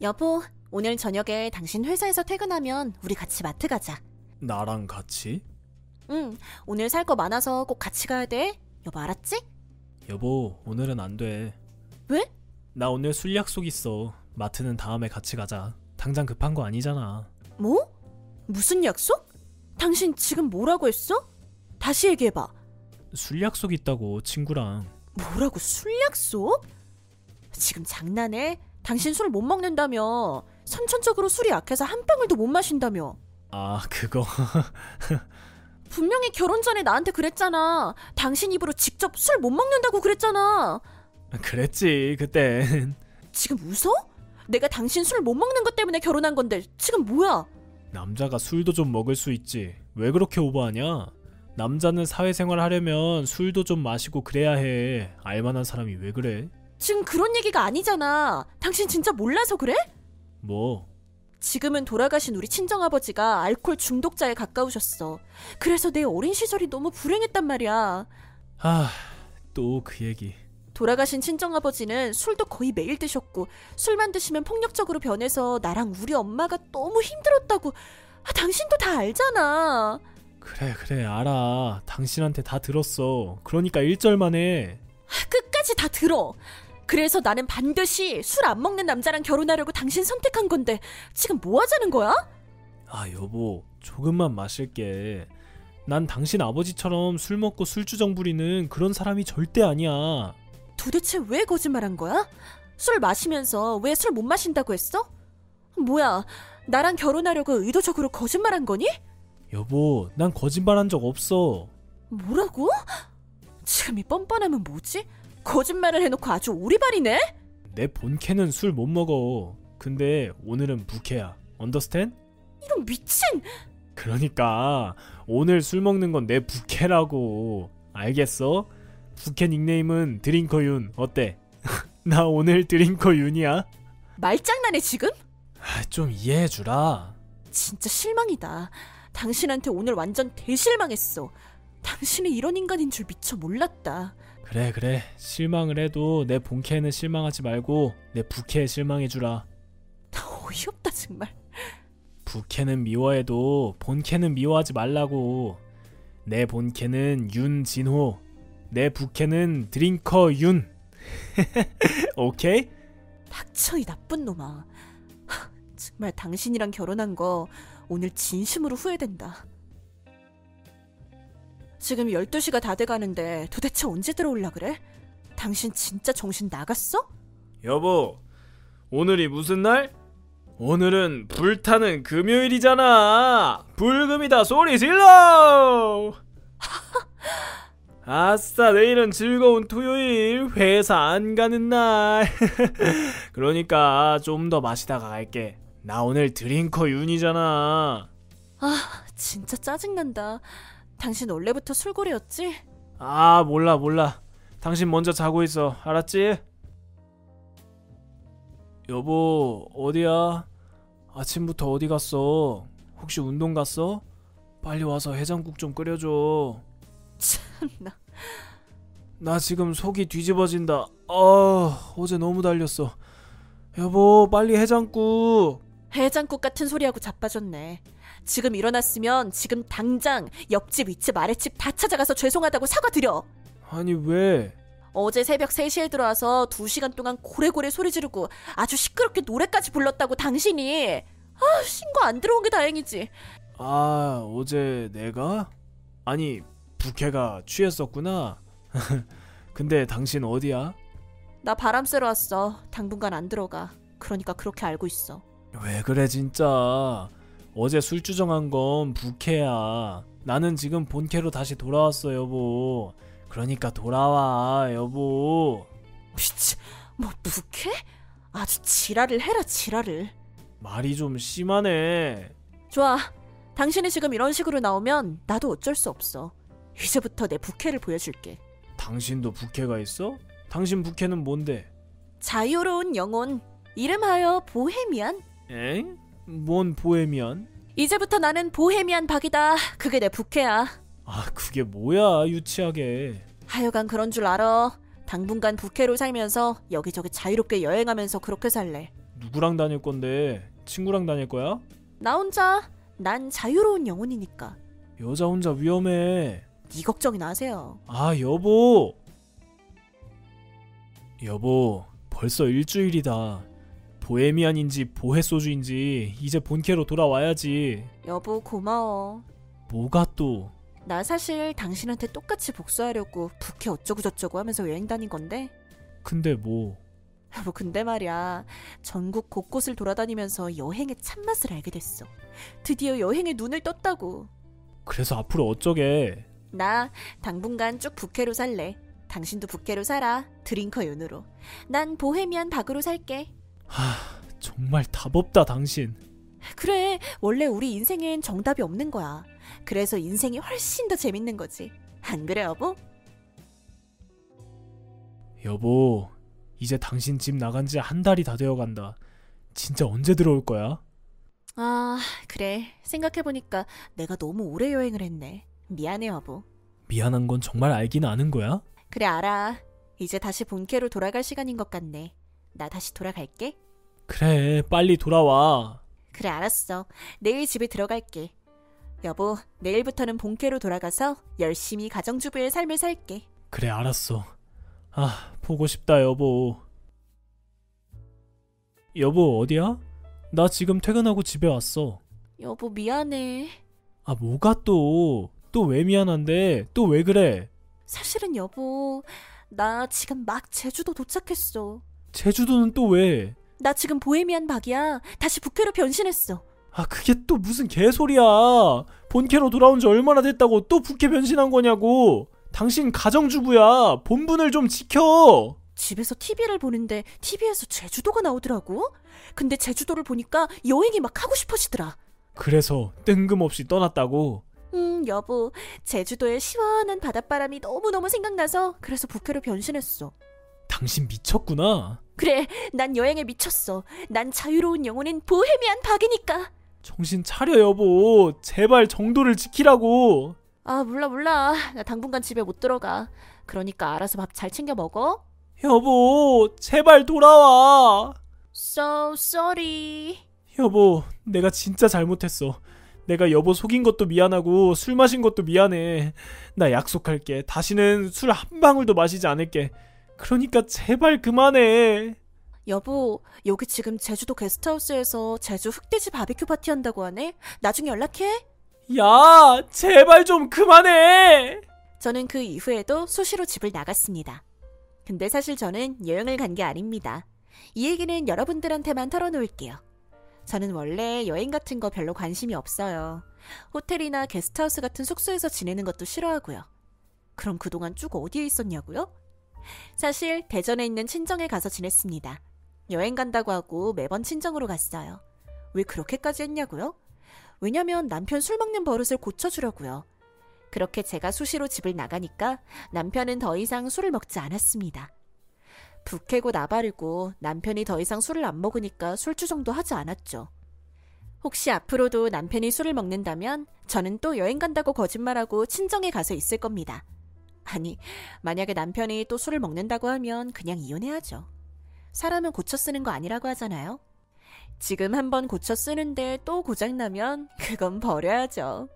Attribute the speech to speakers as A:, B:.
A: 여보, 오늘 저녁에 당신 회사에서 퇴근하면 우리 같이 마트 가자.
B: 나랑 같이?
A: 응, 오늘 살 거 많아서 꼭 같이 가야 돼. 여보 알았지?
B: 여보, 오늘은 안 돼.
A: 왜?
B: 나 오늘 술 약속 있어. 마트는 다음에 같이 가자. 당장 급한 거 아니잖아.
A: 뭐? 무슨 약속? 당신 지금 뭐라고 했어? 다시 얘기해봐.
B: 술 약속 있다고 친구랑.
A: 뭐라고 술 약속? 지금 장난해? 당신 술 못 먹는다며. 선천적으로 술이 약해서 한 방울도 못 마신다며.
B: 아, 그거.
A: 분명히 결혼 전에 나한테 그랬잖아. 당신 입으로 직접 술 못 먹는다고 그랬잖아.
B: 그랬지, 그땐.
A: 지금 웃어? 내가 당신 술 못 먹는 것 때문에 결혼한 건데 지금 뭐야?
B: 남자가 술도 좀 먹을 수 있지. 왜 그렇게 오버하냐? 남자는 사회생활 하려면 술도 좀 마시고 그래야 해. 알만한 사람이 왜 그래?
A: 지금 그런 얘기가 아니잖아. 당신 진짜 몰라서 그래?
B: 뭐,
A: 지금은 돌아가신 우리 친정아버지가 알코올 중독자에 가까우셨어. 그래서 내 어린 시절이 너무 불행했단 말이야.
B: 하, 아, 또 그 얘기.
A: 돌아가신 친정아버지는 술도 거의 매일 드셨고 술만 드시면 폭력적으로 변해서 나랑 우리 엄마가 너무 힘들었다고. 아, 당신도 다 알잖아.
B: 그래, 그래, 알아. 당신한테 다 들었어. 그러니까 일절만 해.
A: 끝까지 다 들어. 그래서 나는 반드시 술 안 먹는 남자랑 결혼하려고 당신 선택한 건데 지금 뭐 하자는 거야?
B: 아 여보 조금만 마실게 난 당신 아버지처럼 술 먹고 술주정 부리는 그런 사람이 절대 아니야
A: 도대체 왜 거짓말한 거야? 술 마시면서 왜 술 못 마신다고 했어? 뭐야, 나랑 결혼하려고 의도적으로 거짓말한 거니?
B: 여보 난 거짓말한 적 없어
A: 뭐라고? 지금 이 뻔뻔함은 뭐지? 거짓말을 해놓고 아주 오리발이네?
B: 내 본캐는 술 못 먹어 근데 오늘은 무캐야 언더스탠?
A: 이런 미친!
B: 그러니까 오늘 술 먹는 건 내 부캐라고 알겠어? 부캐 닉네임은 드링커윤 어때? 나 오늘 드링커윤이야
A: 말장난해 지금?
B: 아, 좀 이해해주라
A: 진짜 실망이다. 당신한테 오늘 완전 대실망했어. 당신이 이런 인간인 줄 미처 몰랐다.
B: 그래 그래 실망을 해도 내 본캐에는 실망하지 말고 내 부캐에 실망해주라
A: 나 어이없다 정말.
B: 부캐는 미워해도 본캐는 미워하지 말라고 내 본캐는 윤진호 내 부캐는 드링커 윤 오케이?
A: 닥쳐 이 나쁜 놈아. 하, 정말 당신이랑 결혼한 거 오늘 진심으로 후회된다. 지금 12시가 다 돼가는데 도대체 언제 들어올라 그래? 당신 진짜 정신 나갔어?
B: 여보 오늘이 무슨 날? 오늘은 불타는 금요일이잖아 불금이다 소리 질러 아싸 내일은 즐거운 토요일 회사 안 가는 날 그러니까 좀 더 마시다가 갈게 나 오늘 드링커 윤이잖아
A: 진짜 짜증난다. 당신 원래부터 술고래였지?
B: 아 몰라 몰라 당신 먼저 자고 있어 알았지? 여보 어디야? 아침부터 어디 갔어? 혹시 운동 갔어? 빨리 와서 해장국 좀 끓여줘
A: 참나.
B: 나 지금 속이 뒤집어진다 아 어제 너무 달렸어 여보 빨리 해장국
A: 해장국 같은 소리하고 자빠졌네. 지금 일어났으면 지금 당장 옆집, 윗집, 아랫집 다 찾아가서 죄송하다고 사과드려.
B: 아니 왜?
A: 어제 새벽 3시에 들어와서 2시간 동안 고래고래 소리 지르고 아주 시끄럽게 노래까지 불렀다고 당신이. 아, 신고 안 들어온 게 다행이지.
B: 아 어제 내가? 아니 부캐가 취했었구나 근데 당신 어디야?
A: 나 바람 쐬러 왔어. 당분간 안 들어가. 그러니까 그렇게 알고 있어.
B: 왜 그래 진짜 어제 술 주정한 건 부캐야 나는 지금 본캐로 다시 돌아왔어 여보 그러니까 돌아와 여보
A: 미치, 뭐 부캐? 아주 지랄을 해라 지랄을.
B: 말이 좀 심하네
A: 좋아. 당신이 지금 이런 식으로 나오면 나도 어쩔 수 없어. 이제부터 내 부캐를 보여줄게.
B: 당신도 부캐가 있어? 당신 부캐는 뭔데?
A: 자유로운 영혼. 이름하여 보헤미안.
B: 엥? 뭔 보헤미안?
A: 이제부터 나는 보헤미안 박이다. 그게 내 부캐야.
B: 아 그게 뭐야 유치하게
A: 하여간 그런 줄 알아. 당분간 부캐로 살면서 여기저기 자유롭게 여행하면서 그렇게 살래.
B: 누구랑 다닐 건데? 친구랑 다닐 거야?
A: 나 혼자 난 자유로운 영혼이니까
B: 여자 혼자 위험해.
A: 네 걱정이나 하세요.
B: 아, 여보. 여보, 벌써 일주일이다. 보헤미안인지 보헤소주인지 이제 본캐로 돌아와야지.
A: 여보 고마워.
B: 뭐가 또?
A: 나 사실 당신한테 똑같이 복수하려고 부캐 어쩌고 저쩌고 하면서 여행 다닌 건데
B: 근데 뭐?
A: 뭐 근데 말이야 전국 곳곳을 돌아다니면서 여행의 참맛을 알게 됐어 드디어 여행의 눈을 떴다고
B: 그래서 앞으로 어쩌게?
A: 나 당분간 쭉 부캐로 살래 당신도 부캐로 살아 드링커 윤으로 난 보헤미안 박으로 살게
B: 정말 답 없다, 당신.
A: 그래 원래 우리 인생엔 정답이 없는 거야 그래서 인생이 훨씬 더 재밌는 거지 안 그래 여보?
B: 여보, 이제 당신 집 나간 지 한 달이 다 되어 간다. 진짜 언제 들어올 거야?
A: 아 그래 생각해보니까 내가 너무 오래 여행을 했네 미안해 여보
B: 미안한 건 정말 알긴 아는 거야?
A: 그래 알아. 이제 다시 본캐로 돌아갈 시간인 것 같네. 나 다시 돌아갈게.
B: 그래, 빨리 돌아와.
A: 그래 알았어. 내일 집에 들어갈게. 여보, 내일부터는 본캐로 돌아가서 열심히 가정주부의 삶을 살게.
B: 그래, 알았어. 아, 보고 싶다, 여보. 여보, 어디야? 나 지금 퇴근하고 집에 왔어.
A: 여보 미안해.
B: 아, 뭐가 또? 또 왜 미안한데? 또 왜 그래?
A: 사실은 여보, 나 지금 막 제주도 도착했어.
B: 제주도는 또 왜?
A: 나 지금 보헤미안 박이야. 다시 부캐로 변신했어.
B: 아, 그게 또 무슨 개소리야. 본캐로 돌아온 지 얼마나 됐다고 또 부캐 변신한 거냐고. 당신 가정주부야. 본분을 좀 지켜.
A: 집에서 TV를 보는데 TV에서 제주도가 나오더라고. 근데 제주도를 보니까 여행이 막 하고 싶어지더라.
B: 그래서 뜬금없이 떠났다고.
A: 음, 여보. 제주도의 시원한 바닷바람이 너무너무 생각나서 그래서 부캐로 변신했어.
B: 당신 미쳤구나.
A: 그래, 난 여행에 미쳤어. 난 자유로운 영혼인 보헤미안 박이니까.
B: 정신 차려 여보. 제발 정도를 지키라고.
A: 아, 몰라, 몰라. 나 당분간 집에 못 들어가. 그러니까 알아서 밥 잘 챙겨 먹어.
B: 여보, 제발 돌아와.
A: So sorry.
B: 여보, 내가 진짜 잘못했어. 내가 여보 속인 것도 미안하고 술 마신 것도 미안해. 나 약속할게. 다시는 술 한 방울도 마시지 않을게. 그러니까 제발 그만해.
A: 여보, 여기 지금 제주도 게스트하우스에서 제주 흑돼지 바비큐 파티 한다고 하네. 나중에 연락해.
B: 야, 제발 좀 그만해.
A: 저는 그 이후에도 수시로 집을 나갔습니다. 근데 사실 저는 여행을 간 게 아닙니다. 이 얘기는 여러분들한테만 털어놓을게요. 저는 원래 여행 같은 거 별로 관심이 없어요. 호텔이나 게스트하우스 같은 숙소에서 지내는 것도 싫어하고요. 그럼 그동안 쭉 어디에 있었냐고요? 사실 대전에 있는 친정에 가서 지냈습니다. 여행 간다고 하고 매번 친정으로 갔어요. 왜 그렇게까지 했냐고요? 왜냐면 남편 술 먹는 버릇을 고쳐주려고요. 그렇게 제가 수시로 집을 나가니까 남편은 더 이상 술을 먹지 않았습니다. 북해고 나발이고 남편이 더 이상 술을 안 먹으니까 술주정도 하지 않았죠. 혹시 앞으로도 남편이 술을 먹는다면 저는 또 여행 간다고 거짓말하고 친정에 가서 있을 겁니다. 아니, 만약에 남편이 또 술을 먹는다고 하면 그냥 이혼해야죠. 사람은 고쳐 쓰는 거 아니라고 하잖아요. 지금 한번 고쳐 쓰는데 또 고장나면 그건 버려야죠.